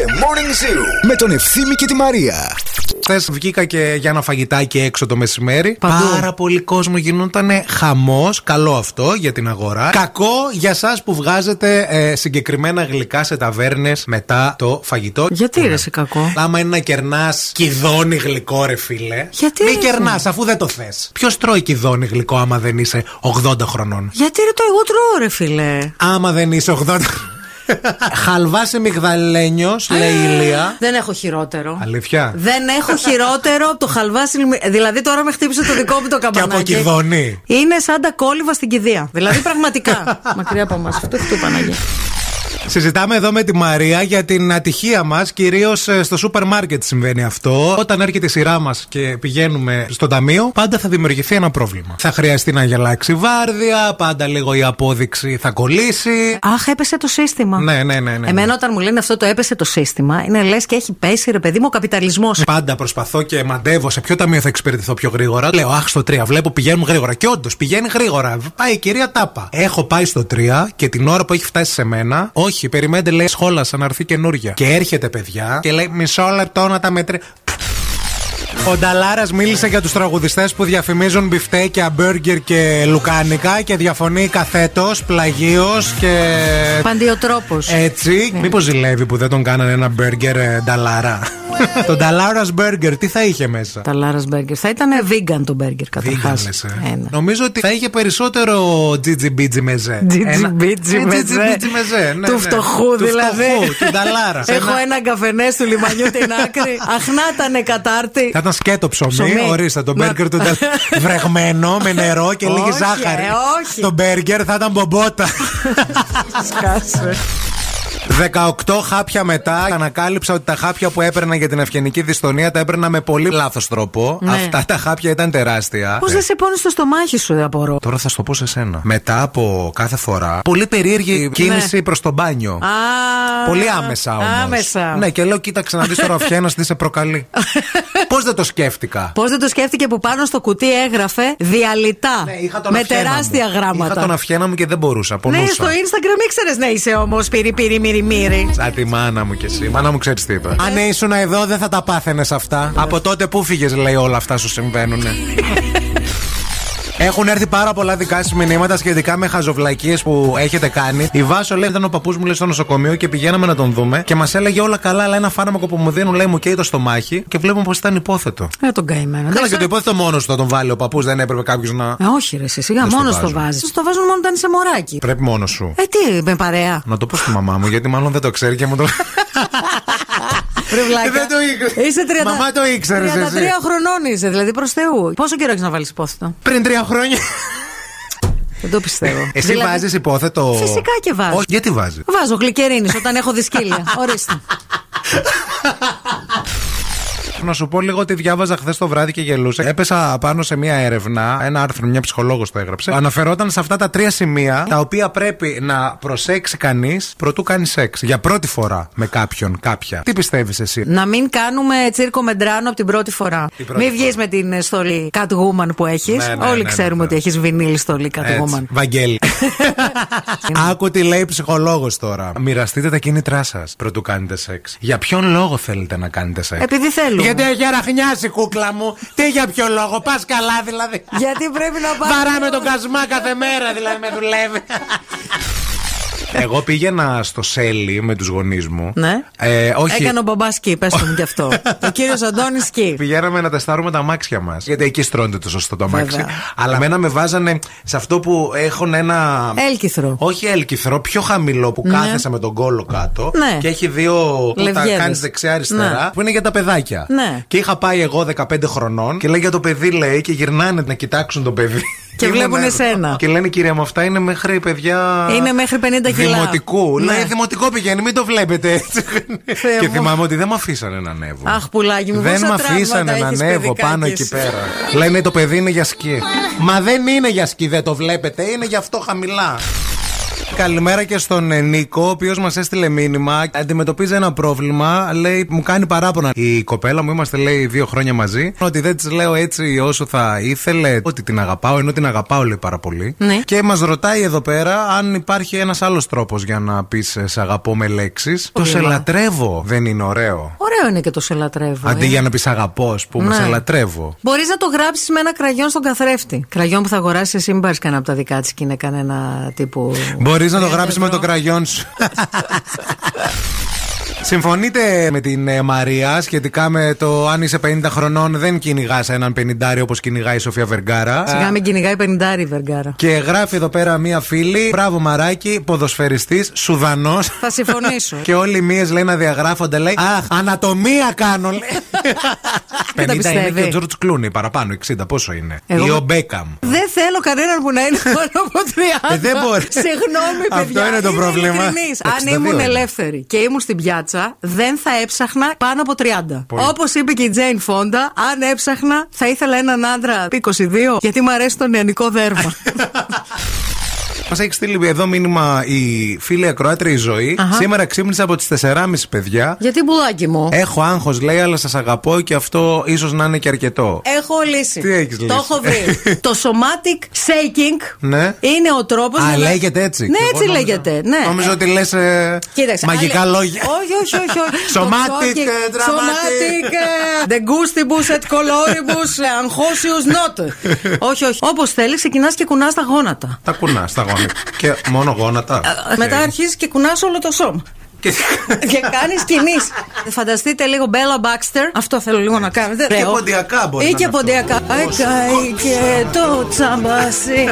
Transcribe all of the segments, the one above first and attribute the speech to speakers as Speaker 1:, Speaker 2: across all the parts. Speaker 1: The Morning Zoo με τον Ευθύμη και τη Μαρία.
Speaker 2: Χθες βγήκα και για ένα φαγητάκι έξω το μεσημέρι.
Speaker 3: Παντού.
Speaker 2: Πάρα πολλοί κόσμο γινόταν χαμός. Καλό αυτό για την αγορά. Κακό για εσά που βγάζετε ε, συγκεκριμένα γλυκά σε ταβέρνες μετά το φαγητό.
Speaker 3: Γιατί
Speaker 2: Ναι.
Speaker 3: ρε σε κακό.
Speaker 2: Άμα είναι να κερνάς κιδόνι γλυκό, ρε φίλε.
Speaker 3: Γιατί,
Speaker 2: Μην
Speaker 3: ρε,
Speaker 2: κερνάς, αφού δεν το θες. Ποιος τρώει κιδόνι γλυκό, άμα δεν είσαι 80 χρονών.
Speaker 3: Γιατί ρε το εγώ τρώω ρε φίλε.
Speaker 2: Άμα δεν είσαι 80. Χαλβά σε μυγδαλένιο, λέει η Ηλία.
Speaker 3: Δεν έχω χειρότερο.
Speaker 2: Αλήθεια.
Speaker 3: Δεν έχω χειρότερο από το χαλβά συνημι- Δηλαδή τώρα με χτύπησε το δικό μου το
Speaker 2: Και από
Speaker 3: καμπανάκι.
Speaker 2: κιδόνι.
Speaker 3: Είναι σαν τα κόλληβα στην κηδεία. Δηλαδή πραγματικά. Μακριά από εμάς. Αυτό έχει το Παναγία.
Speaker 2: Συζητάμε εδώ με τη Μαρία για την ατυχία μας, κυρίως στο σούπερ μάρκετ συμβαίνει αυτό. Όταν έρχεται η σειρά μας και πηγαίνουμε στο ταμείο, πάντα θα δημιουργηθεί ένα πρόβλημα. Θα χρειαστεί να γελάξει βάρδια, πάντα λίγο η απόδειξη θα κολλήσει.
Speaker 3: Αχ, έπεσε το σύστημα.
Speaker 2: Ναι, ναι, ναι, ναι.
Speaker 3: Εμένα όταν μου λένε αυτό το έπεσε το σύστημα, είναι λες και έχει πέσει ρε παιδί μου ο καπιταλισμός.
Speaker 2: Πάντα προσπαθώ και μαντεύω σε ποιο ταμείο θα εξυπηρετηθώ πιο γρήγορα. Λέω, Αχ, στο 3. Βλέπω πηγαίνουν γρήγορα. Και όντως πηγαίνει γρήγορα. Πάει η κυρία Τάπα. Έχω πάει στο 3 και την ώρα που έχει φτάσει σε μένα, όχι, περιμένετε, λέει, σχόλασα να έρθει καινούργια. Και έρχεται, παιδιά, και λέει, μισό λεπτό να τα μετρέ. Ο Νταλάρας μίλησε για τους τραγουδιστές που διαφημίζουν μπιφτέκια, μπέργκερ και λουκάνικα και διαφωνεί καθέτος, πλαγίως και.
Speaker 3: Παντιοτρόπο.
Speaker 2: Έτσι, μήπως ζηλεύει που δεν τον κάνανε ένα μπέργκερ ε, νταλάρα. το νταλάρας μπέργκερ, τι θα είχε μέσα.
Speaker 3: Τα Λάρα Μπέργκερ. Θα ήταν vegan το μπέργκερ καταρχάς.
Speaker 2: Vegan, λες, ε. Νομίζω ότι θα είχε περισσότερο τζιτζιμπίτζι μεζέ.
Speaker 3: Τζιτζιμπίτζι
Speaker 2: Ένα-
Speaker 3: μεζέ.
Speaker 2: τζιτζιμπίτζι Ε, μεζέ, ναι,
Speaker 3: Του
Speaker 2: ναι.
Speaker 3: φτωχού
Speaker 2: Του
Speaker 3: δηλαδή.
Speaker 2: φτωχού, του νταλάρας. Σε
Speaker 3: Έχω
Speaker 2: ένα-
Speaker 3: ένα καφενέ του λιμανιού την άκρη. Αχνάτανε κατάρτι.
Speaker 2: Θα ήταν σκέτο ψωμί,
Speaker 3: Ψωμί.
Speaker 2: ορίστε το
Speaker 3: Να-
Speaker 2: μπέργκερ του νταλάρα. Βρεγμένο με νερό και λίγη
Speaker 3: Όχι,
Speaker 2: ζάχαρη.
Speaker 3: ε, όχι.
Speaker 2: Το μπέργκερ θα ήταν μπομπότα. Ναι.
Speaker 3: Σκάσε.
Speaker 2: 18 χάπια μετά ανακάλυψα ότι τα χάπια που έπαιρνα για την ευγενική δυστονία τα έπαιρνα με πολύ λάθος τρόπο.
Speaker 3: Ναι.
Speaker 2: Αυτά τα χάπια ήταν τεράστια.
Speaker 3: Πώς
Speaker 2: Ε,
Speaker 3: δεν σε πόνεις στο στομάχι σου, δεν απορώ.
Speaker 2: Τώρα θα σου το πω σε σένα. Μετά από κάθε φορά, πολύ περίεργη κίνηση προς το μπάνιο.
Speaker 3: Ναι. Α,
Speaker 2: Πολύ άμεσα όμως.
Speaker 3: Άμεσα.
Speaker 2: Ναι, και λέω, κοίταξε να δεις τώρα ο Φιένα τι σε προκαλεί. Πώς δεν το σκέφτηκα.
Speaker 3: Πώς δεν το σκέφτηκε που πάνω στο κουτί έγραφε διαλυτά.
Speaker 2: Ναι, είχα τον
Speaker 3: με
Speaker 2: αυχένα μου.
Speaker 3: τεράστια γράμματα.
Speaker 2: Είχα τον αυχένα μου και δεν μπορούσα.
Speaker 3: ναι,
Speaker 2: Πονούσα.
Speaker 3: στο Instagram ήξερες να είσαι όμως πυρί, πυρί, μυρί, μυρί.
Speaker 2: Σαν τη μάνα μου κι εσύ. Μάνα μου ξέρεις τι είπε. Αν ήσουν εδώ, δεν θα τα πάθαινες αυτά. Από τότε που φύγες, λέει, όλα αυτά σου συμβαίνουν. Έχουν έρθει πάρα πολλά δικά σας μηνύματα σχετικά με χαζοβλακίες που έχετε κάνει. Η Βάσο λέει: Ήταν ο παππούς μου λέει, στο νοσοκομείο και πηγαίναμε να τον δούμε και μας έλεγε όλα καλά, αλλά ένα φάρμακο που μου δίνουν λέει μου καίει το στομάχι και βλέπουμε πως ήταν υπόθετο.
Speaker 3: Ε, τον καημένο.
Speaker 2: Καλά,
Speaker 3: Εντάξει,
Speaker 2: και το υπόθετο μόνος του θα τον βάλει ο παππούς, δεν έπρεπε κάποιος να.
Speaker 3: Ε, όχι, ρε, εσύ σιγά,
Speaker 2: Δεν στο
Speaker 3: μόνος το
Speaker 2: βάζουν.
Speaker 3: βάζεις. Το βάζουν μόνο όταν είσαι μωράκι.
Speaker 2: Πρέπει μόνος σου.
Speaker 3: Ε, τι, με παρέα.
Speaker 2: Να το πω στη μαμά μου, γιατί μάλλον δεν το ξέρει και μου το.
Speaker 3: Ρε βλάκα.
Speaker 2: Ε, Δεν το ήξερε.
Speaker 3: Είσαι 30...
Speaker 2: Μαμά το ήξερες
Speaker 3: 33
Speaker 2: εσύ.
Speaker 3: χρονών είσαι, δηλαδή προς Θεού. Πόσο καιρό έχεις να βάλεις υπόθετο.
Speaker 2: Πριν τρία χρόνια.
Speaker 3: Δεν το πιστεύω.
Speaker 2: Εσύ
Speaker 3: Δηλαδή,
Speaker 2: βάζεις υπόθετο.
Speaker 3: Φυσικά και βάζω.
Speaker 2: Όχι, γιατί βάζεις.
Speaker 3: Βάζω γλυκερίνη όταν έχω δυσκύλια. Ορίστε.
Speaker 2: Να σου πω λίγο ότι διάβαζα χθες το βράδυ και γελούσα. Έπεσα πάνω σε μία έρευνα, ένα άρθρο, μια ψυχολόγος το έγραψε. Αναφερόταν σε αυτά τα τρία σημεία τα οποία πρέπει να προσέξει κανείς προτού κάνει σεξ. Για πρώτη φορά με κάποιον, κάποια. Τι πιστεύεις εσύ.
Speaker 3: Να μην κάνουμε τσίρκο μεντράνο από την πρώτη φορά.
Speaker 2: Την πρώτη
Speaker 3: Μην βγεις με την ε, στολή Catwoman που έχεις.
Speaker 2: Ναι, ναι,
Speaker 3: Όλοι
Speaker 2: ναι,
Speaker 3: ξέρουμε
Speaker 2: ναι.
Speaker 3: ότι έχεις βινίλ στολή Catwoman.
Speaker 2: Έτσι, Βαγγέλη. Άκου τι λέει ψυχολόγος τώρα. Μοιραστείτε τα κίνητρά σας πρωτού κάνετε σεξ. Για ποιον λόγο θέλετε να κάνετε σεξ.
Speaker 3: Επειδή θέλουμε.
Speaker 2: Ε. Γιατί έχει αραχνιάσει κούκλα μου. Τι για ποιο λόγο. Πας καλά δηλαδή.
Speaker 3: Γιατί πρέπει να πάμε.
Speaker 2: Βαράμε τον κασμά κάθε μέρα, δηλαδή με δουλεύει. Εγώ πήγαινα στο Σέλι με τους γονείς μου.
Speaker 3: Ναι.
Speaker 2: Ε, όχι.
Speaker 3: Έκανε ο μπαμπάς σκι, πες το μου κι αυτό. ο κύριος Αντώνη σκι.
Speaker 2: Πηγαίναμε να τεστάρουμε τα αμάξια μας. Γιατί εκεί στρώνεται το σωστό το αμάξι.
Speaker 3: Βέβαια.
Speaker 2: Αλλά μένα με βάζανε σε αυτό που έχουν ένα.
Speaker 3: Έλκυθρο.
Speaker 2: Όχι έλκυθρο, πιο χαμηλό που κάθεσαι με τον κόλο κάτω.
Speaker 3: Ναι.
Speaker 2: Και έχει δύο. που τα
Speaker 3: Λευγέδες.
Speaker 2: κάνει δεξιά-αριστερά.
Speaker 3: Ναι.
Speaker 2: Που είναι για τα παιδάκια.
Speaker 3: Ναι.
Speaker 2: Και είχα πάει εγώ 15 χρονών και λέει για το παιδί, λέει, και γυρνάνε να κοιτάξουν το παιδί.
Speaker 3: Και
Speaker 2: Ήμουν
Speaker 3: βλέπουν
Speaker 2: εδώ.
Speaker 3: εσένα.
Speaker 2: Και λένε, κυρία μου, αυτά είναι μέχρι παιδιά.
Speaker 3: Είναι μέχρι 50 κιλά.
Speaker 2: Δημοτικού.
Speaker 3: Ναι.
Speaker 2: Λέει, δημοτικό πηγαίνει, μην το βλέπετε έτσι.
Speaker 3: Θεέ
Speaker 2: και
Speaker 3: μου.
Speaker 2: θυμάμαι ότι δεν με αφήσανε να ανέβω.
Speaker 3: Αχ, πουλάκι μου,
Speaker 2: Δεν
Speaker 3: πόσα
Speaker 2: με
Speaker 3: τραύματα
Speaker 2: αφήσανε να
Speaker 3: έχεις,
Speaker 2: ανέβω
Speaker 3: παιδικάκης.
Speaker 2: πάνω εκεί πέρα. Λένε το παιδί είναι για σκι. Μα δεν είναι για σκι, δεν το βλέπετε, είναι γι' αυτό χαμηλά. Καλημέρα και στον ε, Νίκο, ο οποίος μας έστειλε μήνυμα. Αντιμετωπίζει ένα πρόβλημα. Λέει, μου κάνει παράπονα. Η κοπέλα μου, είμαστε λέει δύο χρόνια μαζί. Ότι δεν της λέω έτσι όσο θα ήθελε. Ότι την αγαπάω, ενώ την αγαπάω λέει πάρα πολύ.
Speaker 3: Ναι.
Speaker 2: Και μας ρωτάει εδώ πέρα αν υπάρχει ένας άλλος τρόπος για να πεις σε αγαπώ με λέξεις. Το σε
Speaker 3: Ωραία.
Speaker 2: λατρεύω δεν είναι ωραίο.
Speaker 3: Ωραίο είναι και το σε λατρεύω.
Speaker 2: Αντί
Speaker 3: ε.
Speaker 2: για να πεις αγαπώ, ας πούμε,
Speaker 3: Ναι.
Speaker 2: σε λατρεύω.
Speaker 3: Μπορείς να το γράψεις με ένα κραγιόν στον καθρέφτη. Κραγιόν που θα αγοράσεις εσύ, μην πάρεις κανένα από τα δικά της και είναι κανένα τύπου.
Speaker 2: Μπορεί να το γράψεις με
Speaker 3: ευρώ.
Speaker 2: το κραγιόν σου. Συμφωνείτε με την ε, Μαρία σχετικά με το αν είσαι 50 χρονών δεν κυνηγάς έναν 50 όπως κυνηγάει η Σοφία Βεργάρα.
Speaker 3: Σιγά με κυνηγάει 50 η Βεργάρα.
Speaker 2: Και γράφει εδώ πέρα μία φίλη. Μπράβο Μαράκι, ποδοσφαιριστής, Σουδανός.
Speaker 3: Θα συμφωνήσω.
Speaker 2: και όλοι οι μίες λέει να διαγράφονται, λέει Αχ, ανατομία κάνω, λέει.
Speaker 3: Δεν τα
Speaker 2: 50 είναι και
Speaker 3: πιστεύει.
Speaker 2: ο Τζορτ Κλούνι, παραπάνω, 60, πόσο είναι.
Speaker 3: Εγώ
Speaker 2: Ή
Speaker 3: με-
Speaker 2: ο Μπέκαμ.
Speaker 3: Δεν θέλω κανέναν που να είναι πάνω από 30.
Speaker 2: Ε, δεν μπορεί.
Speaker 3: Σε γνώμη, παιδιά.
Speaker 2: Αυτό είναι το
Speaker 3: Είμαι
Speaker 2: πρόβλημα.
Speaker 3: ειλικρινής.
Speaker 2: 62
Speaker 3: Αν ήμουν
Speaker 2: είναι.
Speaker 3: ελεύθερη και ήμουν στην πιάτσα, δεν θα έψαχνα πάνω από 30.
Speaker 2: Πολύ.
Speaker 3: Όπως είπε και η Τζέιν Φόντα, αν έψαχνα, θα ήθελα έναν άντρα 22, γιατί μου αρέσει το νεανικό δέρμα.
Speaker 2: Μας έχει στείλει εδώ μήνυμα η φίλη ακροάτρια η ζωή.
Speaker 3: Αχα.
Speaker 2: Σήμερα ξύπνησα από τις 4.30 παιδιά.
Speaker 3: γιατί μπουλάκι μου.
Speaker 2: Έχω άγχος, λέει, αλλά σας αγαπώ και αυτό ίσως να είναι και αρκετό.
Speaker 3: Έχω λύσει.
Speaker 2: Τι έχεις
Speaker 3: Το
Speaker 2: λύσει?
Speaker 3: έχω βρει. το somatic shaking
Speaker 2: Ναι.
Speaker 3: είναι ο τρόπος.
Speaker 2: Α, λέγεται έτσι.
Speaker 3: Ναι,
Speaker 2: Και εγώ
Speaker 3: έτσι
Speaker 2: νόμιζα-
Speaker 3: λέγεται. Ναι.
Speaker 2: Νόμιζα ότι λες
Speaker 3: Κοίταξε,
Speaker 2: μαγικά
Speaker 3: άλλε-
Speaker 2: λόγια.
Speaker 3: Όχι, όχι, όχι. όχι.
Speaker 2: Somatic,
Speaker 3: Το
Speaker 2: ε,
Speaker 3: talking,
Speaker 2: dramatic.
Speaker 3: Somatic. ε, The gustibus et coloribus ε, anhosius not. όχι, όχι. Όπως θέλεις, ξεκινάς και κουνάς τα γόνατα.
Speaker 2: Τα κουνάς τα γόνατα. και μόνο γόνατα.
Speaker 3: Ε, Μετά αρχίζεις και κουνάς όλο το σώμα.
Speaker 2: Και-
Speaker 3: και κάνεις κινήσεις. Φανταστείτε λίγο Μπέλα Μπάξτερ. Αυτό θέλω λίγο να κάνετε.
Speaker 2: Ναι, Και
Speaker 3: Λέω.
Speaker 2: ποντιακά μπορεί
Speaker 3: Ή
Speaker 2: να
Speaker 3: και
Speaker 2: είναι
Speaker 3: ποντιακά. Έκαει και το τσαμπάσι.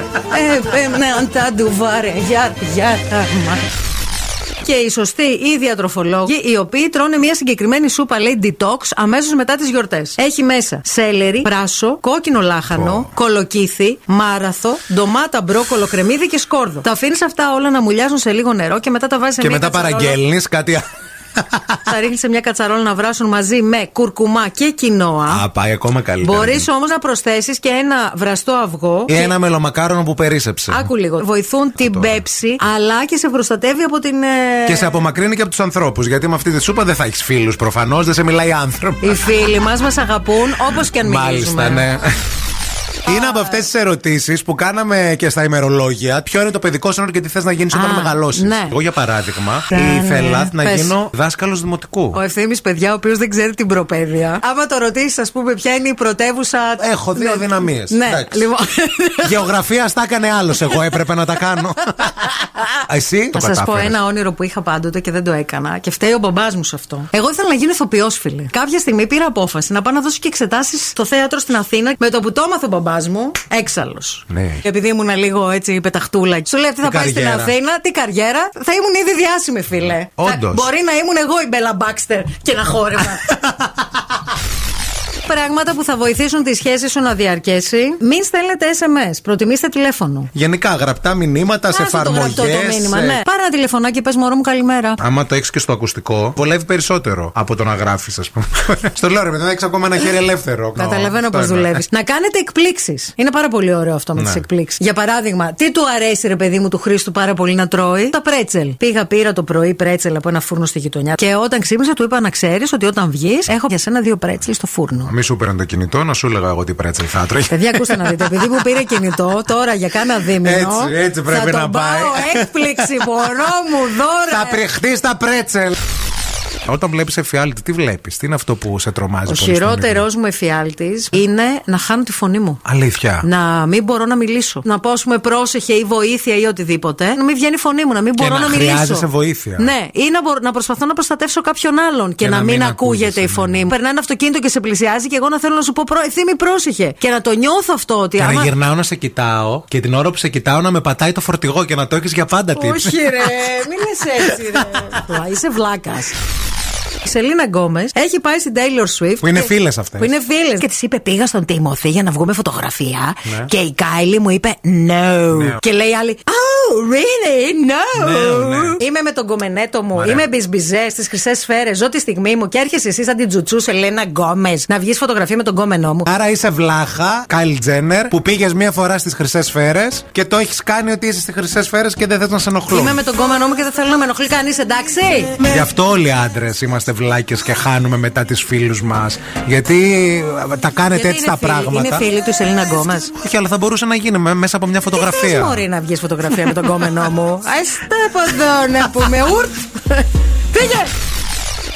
Speaker 3: Έπαιρναν τα ντουβάρε για για τα μα- και οι σωστοί ή οι διατροφολόγοι, οι οποίοι τρώνε μια συγκεκριμένη σούπα, λέει detox, αμέσως μετά τις γιορτές. Έχει μέσα σέλερι, πράσο, κόκκινο λάχανο,
Speaker 2: Πω.
Speaker 3: κολοκύθι, μάραθο, ντομάτα, μπρόκολο, κρεμμύδι και σκόρδο. Τα αφήνεις αυτά όλα να μουλιάζουν σε λίγο νερό και μετά τα βάζεις σε
Speaker 2: και
Speaker 3: μια
Speaker 2: μετά
Speaker 3: κατσαρόλα.
Speaker 2: παραγγέλνεις κάτι άλλο.
Speaker 3: Θα ρίχνει σε μια κατσαρόλα να βράσουν μαζί με κουρκουμά και κοινόα.
Speaker 2: Α, πάει ακόμα καλύτερα.
Speaker 3: Μπορείς όμως να προσθέσεις και ένα βραστό αυγό.
Speaker 2: Ή ένα μελομακάρονο που περίσεψε.
Speaker 3: Άκου λίγο. Βοηθούν την πέψη, αλλά και σε προστατεύει από την. ε,
Speaker 2: Και σε απομακρύνει και από τους ανθρώπους. Γιατί με αυτή τη σούπα δεν θα έχεις φίλους προφανώς, δεν σε μιλάει άνθρωπος.
Speaker 3: Οι φίλοι μας μας αγαπούν όπως και αν μιλήσουμε.
Speaker 2: Μάλιστα, ναι. Είναι από αυτές τις ερωτήσεις που κάναμε και στα ημερολόγια. Ποιο είναι το παιδικό σου όνειρο και τι θες να γίνεις όταν
Speaker 3: Α,
Speaker 2: μεγαλώσεις.
Speaker 3: ναι.
Speaker 2: Εγώ, για παράδειγμα,
Speaker 3: Ναι,
Speaker 2: ήθελα
Speaker 3: ναι.
Speaker 2: να
Speaker 3: Πες.
Speaker 2: γίνω δάσκαλος δημοτικού.
Speaker 3: Ο ευθύνη, παιδιά, ο οποίος δεν ξέρει την προπαίδεια. Άμα το ρωτήσεις, ας πούμε, ποια είναι η πρωτεύουσα.
Speaker 2: Έχω δύο
Speaker 3: Ναι.
Speaker 2: αδυναμίες.
Speaker 3: Ναι,
Speaker 2: Εντάξει.
Speaker 3: λοιπόν.
Speaker 2: Γεωγραφία στα έκανε άλλος. Εγώ έπρεπε να τα κάνω. Εσύ το
Speaker 3: Θα σας πω
Speaker 2: κατάφερες.
Speaker 3: ένα όνειρο που είχα πάντοτε και δεν το έκανα και φταίει ο μπαμπάς μου σε αυτό. Εγώ ήθελα να γίνω ηθοποιός, φίλε. Κάποια στιγμή πήρα απόφαση να πάω να δώσω και εξετάσεις στο θέατρο στην Αθήνα. Με το που το έμαθε ο μπαμπάς μου, έξαλλος.
Speaker 2: Ναι.
Speaker 3: Και επειδή ήμουν λίγο έτσι πεταχτούλα, σου λέει αυτή θα πάει στην
Speaker 2: καριέρα.
Speaker 3: Αθήνα, τι καριέρα, θα ήμουν ήδη διάσημη, φίλε.
Speaker 2: Όντως.
Speaker 3: Θα- Μπορεί να ήμουν εγώ η Μπέλα Μπάξτερ και να χόρευα. Πράγματα που θα βοηθήσουν τη σχέση σου να διαρκέσει. Μην στέλνετε SMS. Προτιμήστε τηλέφωνο.
Speaker 2: Γενικά, γραπτά μηνύματα σε ε.
Speaker 3: Άσε το γραπτό
Speaker 2: εφαρμογέ.
Speaker 3: το μήνυμα, ναι. Πάρε ένα τηλεφωνάκι, πες μωρό μου καλημέρα.
Speaker 2: Άμα το έχεις και στο ακουστικό, βολεύει περισσότερο από το να γράφεις, ας πούμε. στο λέω ρε, παιδί, δεν έχεις ακόμα ένα χέρι ελεύθερο.
Speaker 3: Καταλαβαίνω
Speaker 2: Αυτό
Speaker 3: πώς
Speaker 2: είναι.
Speaker 3: δουλεύεις. Να κάνετε εκπλήξεις. Είναι πάρα πολύ ωραίο αυτό με
Speaker 2: Ναι.
Speaker 3: τι εκπλήξεις. Για παράδειγμα, τι του αρέσει ρε παιδί μου του Χρήστου πάρα πολύ να τρώει, τα πρέτσελ. Πήγα, πήρα το πρωί πρέτσελ από ένα φούρνο στη γειτονιά. Και όταν ξύπνησα, του είπα να ξέρεις ότι όταν βγεις, έχω για σένα δύο πρέτσελ στο φούρνο.
Speaker 2: Μη σου πήραν το κινητό, να σου έλεγα εγώ τι πρέτσελ θα τρώει.
Speaker 3: Παιδιά, ακούστε να δείτε. Επειδή μου πήρε κινητό τώρα για κάνα δίμηνο.
Speaker 2: Έτσι, έτσι πρέπει
Speaker 3: θα
Speaker 2: να
Speaker 3: τον
Speaker 2: πάει.
Speaker 3: Πάω έκπληξη, μωρό μου, δώρα.
Speaker 2: Θα πριχτείς τα πρέτσελ. Όταν βλέπεις εφιάλτη, τι βλέπεις, τι είναι αυτό που σε τρομάζει
Speaker 3: Ο
Speaker 2: πολύ στον
Speaker 3: χειρότερό
Speaker 2: ύπνο?
Speaker 3: μου εφιάλτης είναι να χάνω τη φωνή μου.
Speaker 2: Αλήθεια.
Speaker 3: Να μην μπορώ να μιλήσω. Να πω, ας πούμε, πρόσεχε ή βοήθεια ή οτιδήποτε. Να μην βγαίνει η φωνή μου, να μην
Speaker 2: Και
Speaker 3: μπορώ
Speaker 2: να
Speaker 3: να, μιλήσω.
Speaker 2: χρειάζεσαι βοήθεια.
Speaker 3: Ναι, ή να, μπορώ- να προσπαθώ να προστατεύσω κάποιον άλλον και, να, μην, ακούγεται η
Speaker 2: ακούγεσαι, ναι,
Speaker 3: φωνή μου. Περνάει ένα αυτοκίνητο και σε πλησιάζει και εγώ να θέλω να σου πω, προ... ευθύμη, πρόσεχε. Και να το νιώθω αυτό ότι.
Speaker 2: Και να
Speaker 3: άμα-
Speaker 2: γυρνάω να σε κοιτάω και την ώρα που σε κοιτάω να με πατάει το φορτηγό και να το έχεις για πάντα tips.
Speaker 3: Όχι ρε, μην λες έτσι ρε. Πλά, είσαι βλάκας. Η Σελίνα Γκόμες έχει πάει στην Taylor Swift.
Speaker 2: Που είναι
Speaker 3: και-
Speaker 2: φίλες αυτές.
Speaker 3: Που είναι φίλες. Και της είπε: Πήγα στον Τιμωθή για να βγούμε φωτογραφία. Και η Κάιλι μου είπε: No.
Speaker 2: Ναι.
Speaker 3: Και λέει η άλλη: Oh, really? No.
Speaker 2: Ναι, ναι.
Speaker 3: Είμαι με τον κομμενέτο μου.
Speaker 2: Ωραία.
Speaker 3: Είμαι μπιζμπιζέ στις χρυσές σφαίρες. Ζω τη στιγμή μου και έρχεσαι εσύ σαν την τζουτσού Ελένα Γκόμες να βγεις φωτογραφία με τον κόμενό μου.
Speaker 2: Άρα είσαι βλάχα, Κάιλ Τζένερ, που πήγες μία φορά στις χρυσές σφαίρες και το έχεις κάνει ότι είσαι στις χρυσές σφαίρες και δεν θες να σε ενοχλούν.
Speaker 3: Είμαι με τον κόμενό μου και δεν θέλω να με ενοχλεί κανείς, εντάξει.
Speaker 2: Γι' αυτό όλοι οι άντρες είμαστε βλάκες και χάνουμε μετά τις φίλους μας. Γιατί ε, τα κάνετε
Speaker 3: Γιατί
Speaker 2: έτσι τα
Speaker 3: φίλη-
Speaker 2: πράγματα.
Speaker 3: Είναι φίλη του Σελίνα Γκόμα.
Speaker 2: Όχι, αλλά θα μπορούσε να γίνει με- μέσα από μια
Speaker 3: Δεν
Speaker 2: φωτογραφία.
Speaker 3: μπορεί να βγεις φωτογραφία με τον κόμενό μου. Ας τα από εδώ να πούμε. Ουρτ! Πήγε!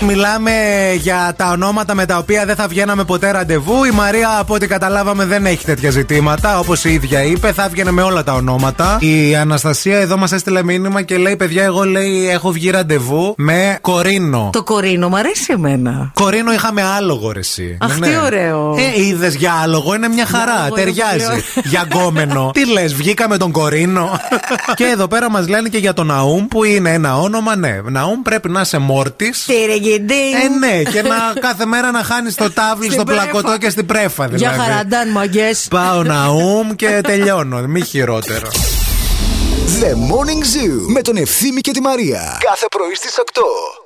Speaker 2: Μιλάμε για τα ονόματα με τα οποία δεν θα βγαίναμε ποτέ ραντεβού. Η Μαρία, από ό,τι καταλάβαμε, δεν έχει τέτοια ζητήματα. Όπως η ίδια είπε, θα βγαίνε με όλα τα ονόματα. Η Αναστασία εδώ μας έστειλε μήνυμα και λέει: Παιδιά, εγώ λέει έχω βγει ραντεβού με Κορίνο.
Speaker 3: Το κορίνο μου αρέσει εμένα.
Speaker 2: Κορίνο είχαμε άλογο ρε εσύ.
Speaker 3: Αχ, τι ωραίο.
Speaker 2: Ε, είδες για άλογο, είναι μια χαρά.
Speaker 3: άλογο,
Speaker 2: ταιριάζει.
Speaker 3: λέω.
Speaker 2: για γκόμενο. τι λες, βγήκαμε τον Κορίνο. και εδώ πέρα μας λένε και για τον Ναούμ που είναι ένα όνομα, ναι. Ναούμ πρέπει να είσαι μόρτης.
Speaker 3: Τυριγιντή.
Speaker 2: Ε, ναι, και να κάθε μέρα να χάνεις το τάβλι
Speaker 3: Στην
Speaker 2: στο
Speaker 3: πρέφα.
Speaker 2: πλακωτό και στην πρέφα,
Speaker 3: Για
Speaker 2: δηλαδή.
Speaker 3: χαραντάν μαγκές.
Speaker 2: Πάω να ουμ και τελειώνω. Μη χειρότερο.
Speaker 1: The Morning Zoo με τον Ευθύμη και τη Μαρία. Κάθε πρωί στις 8.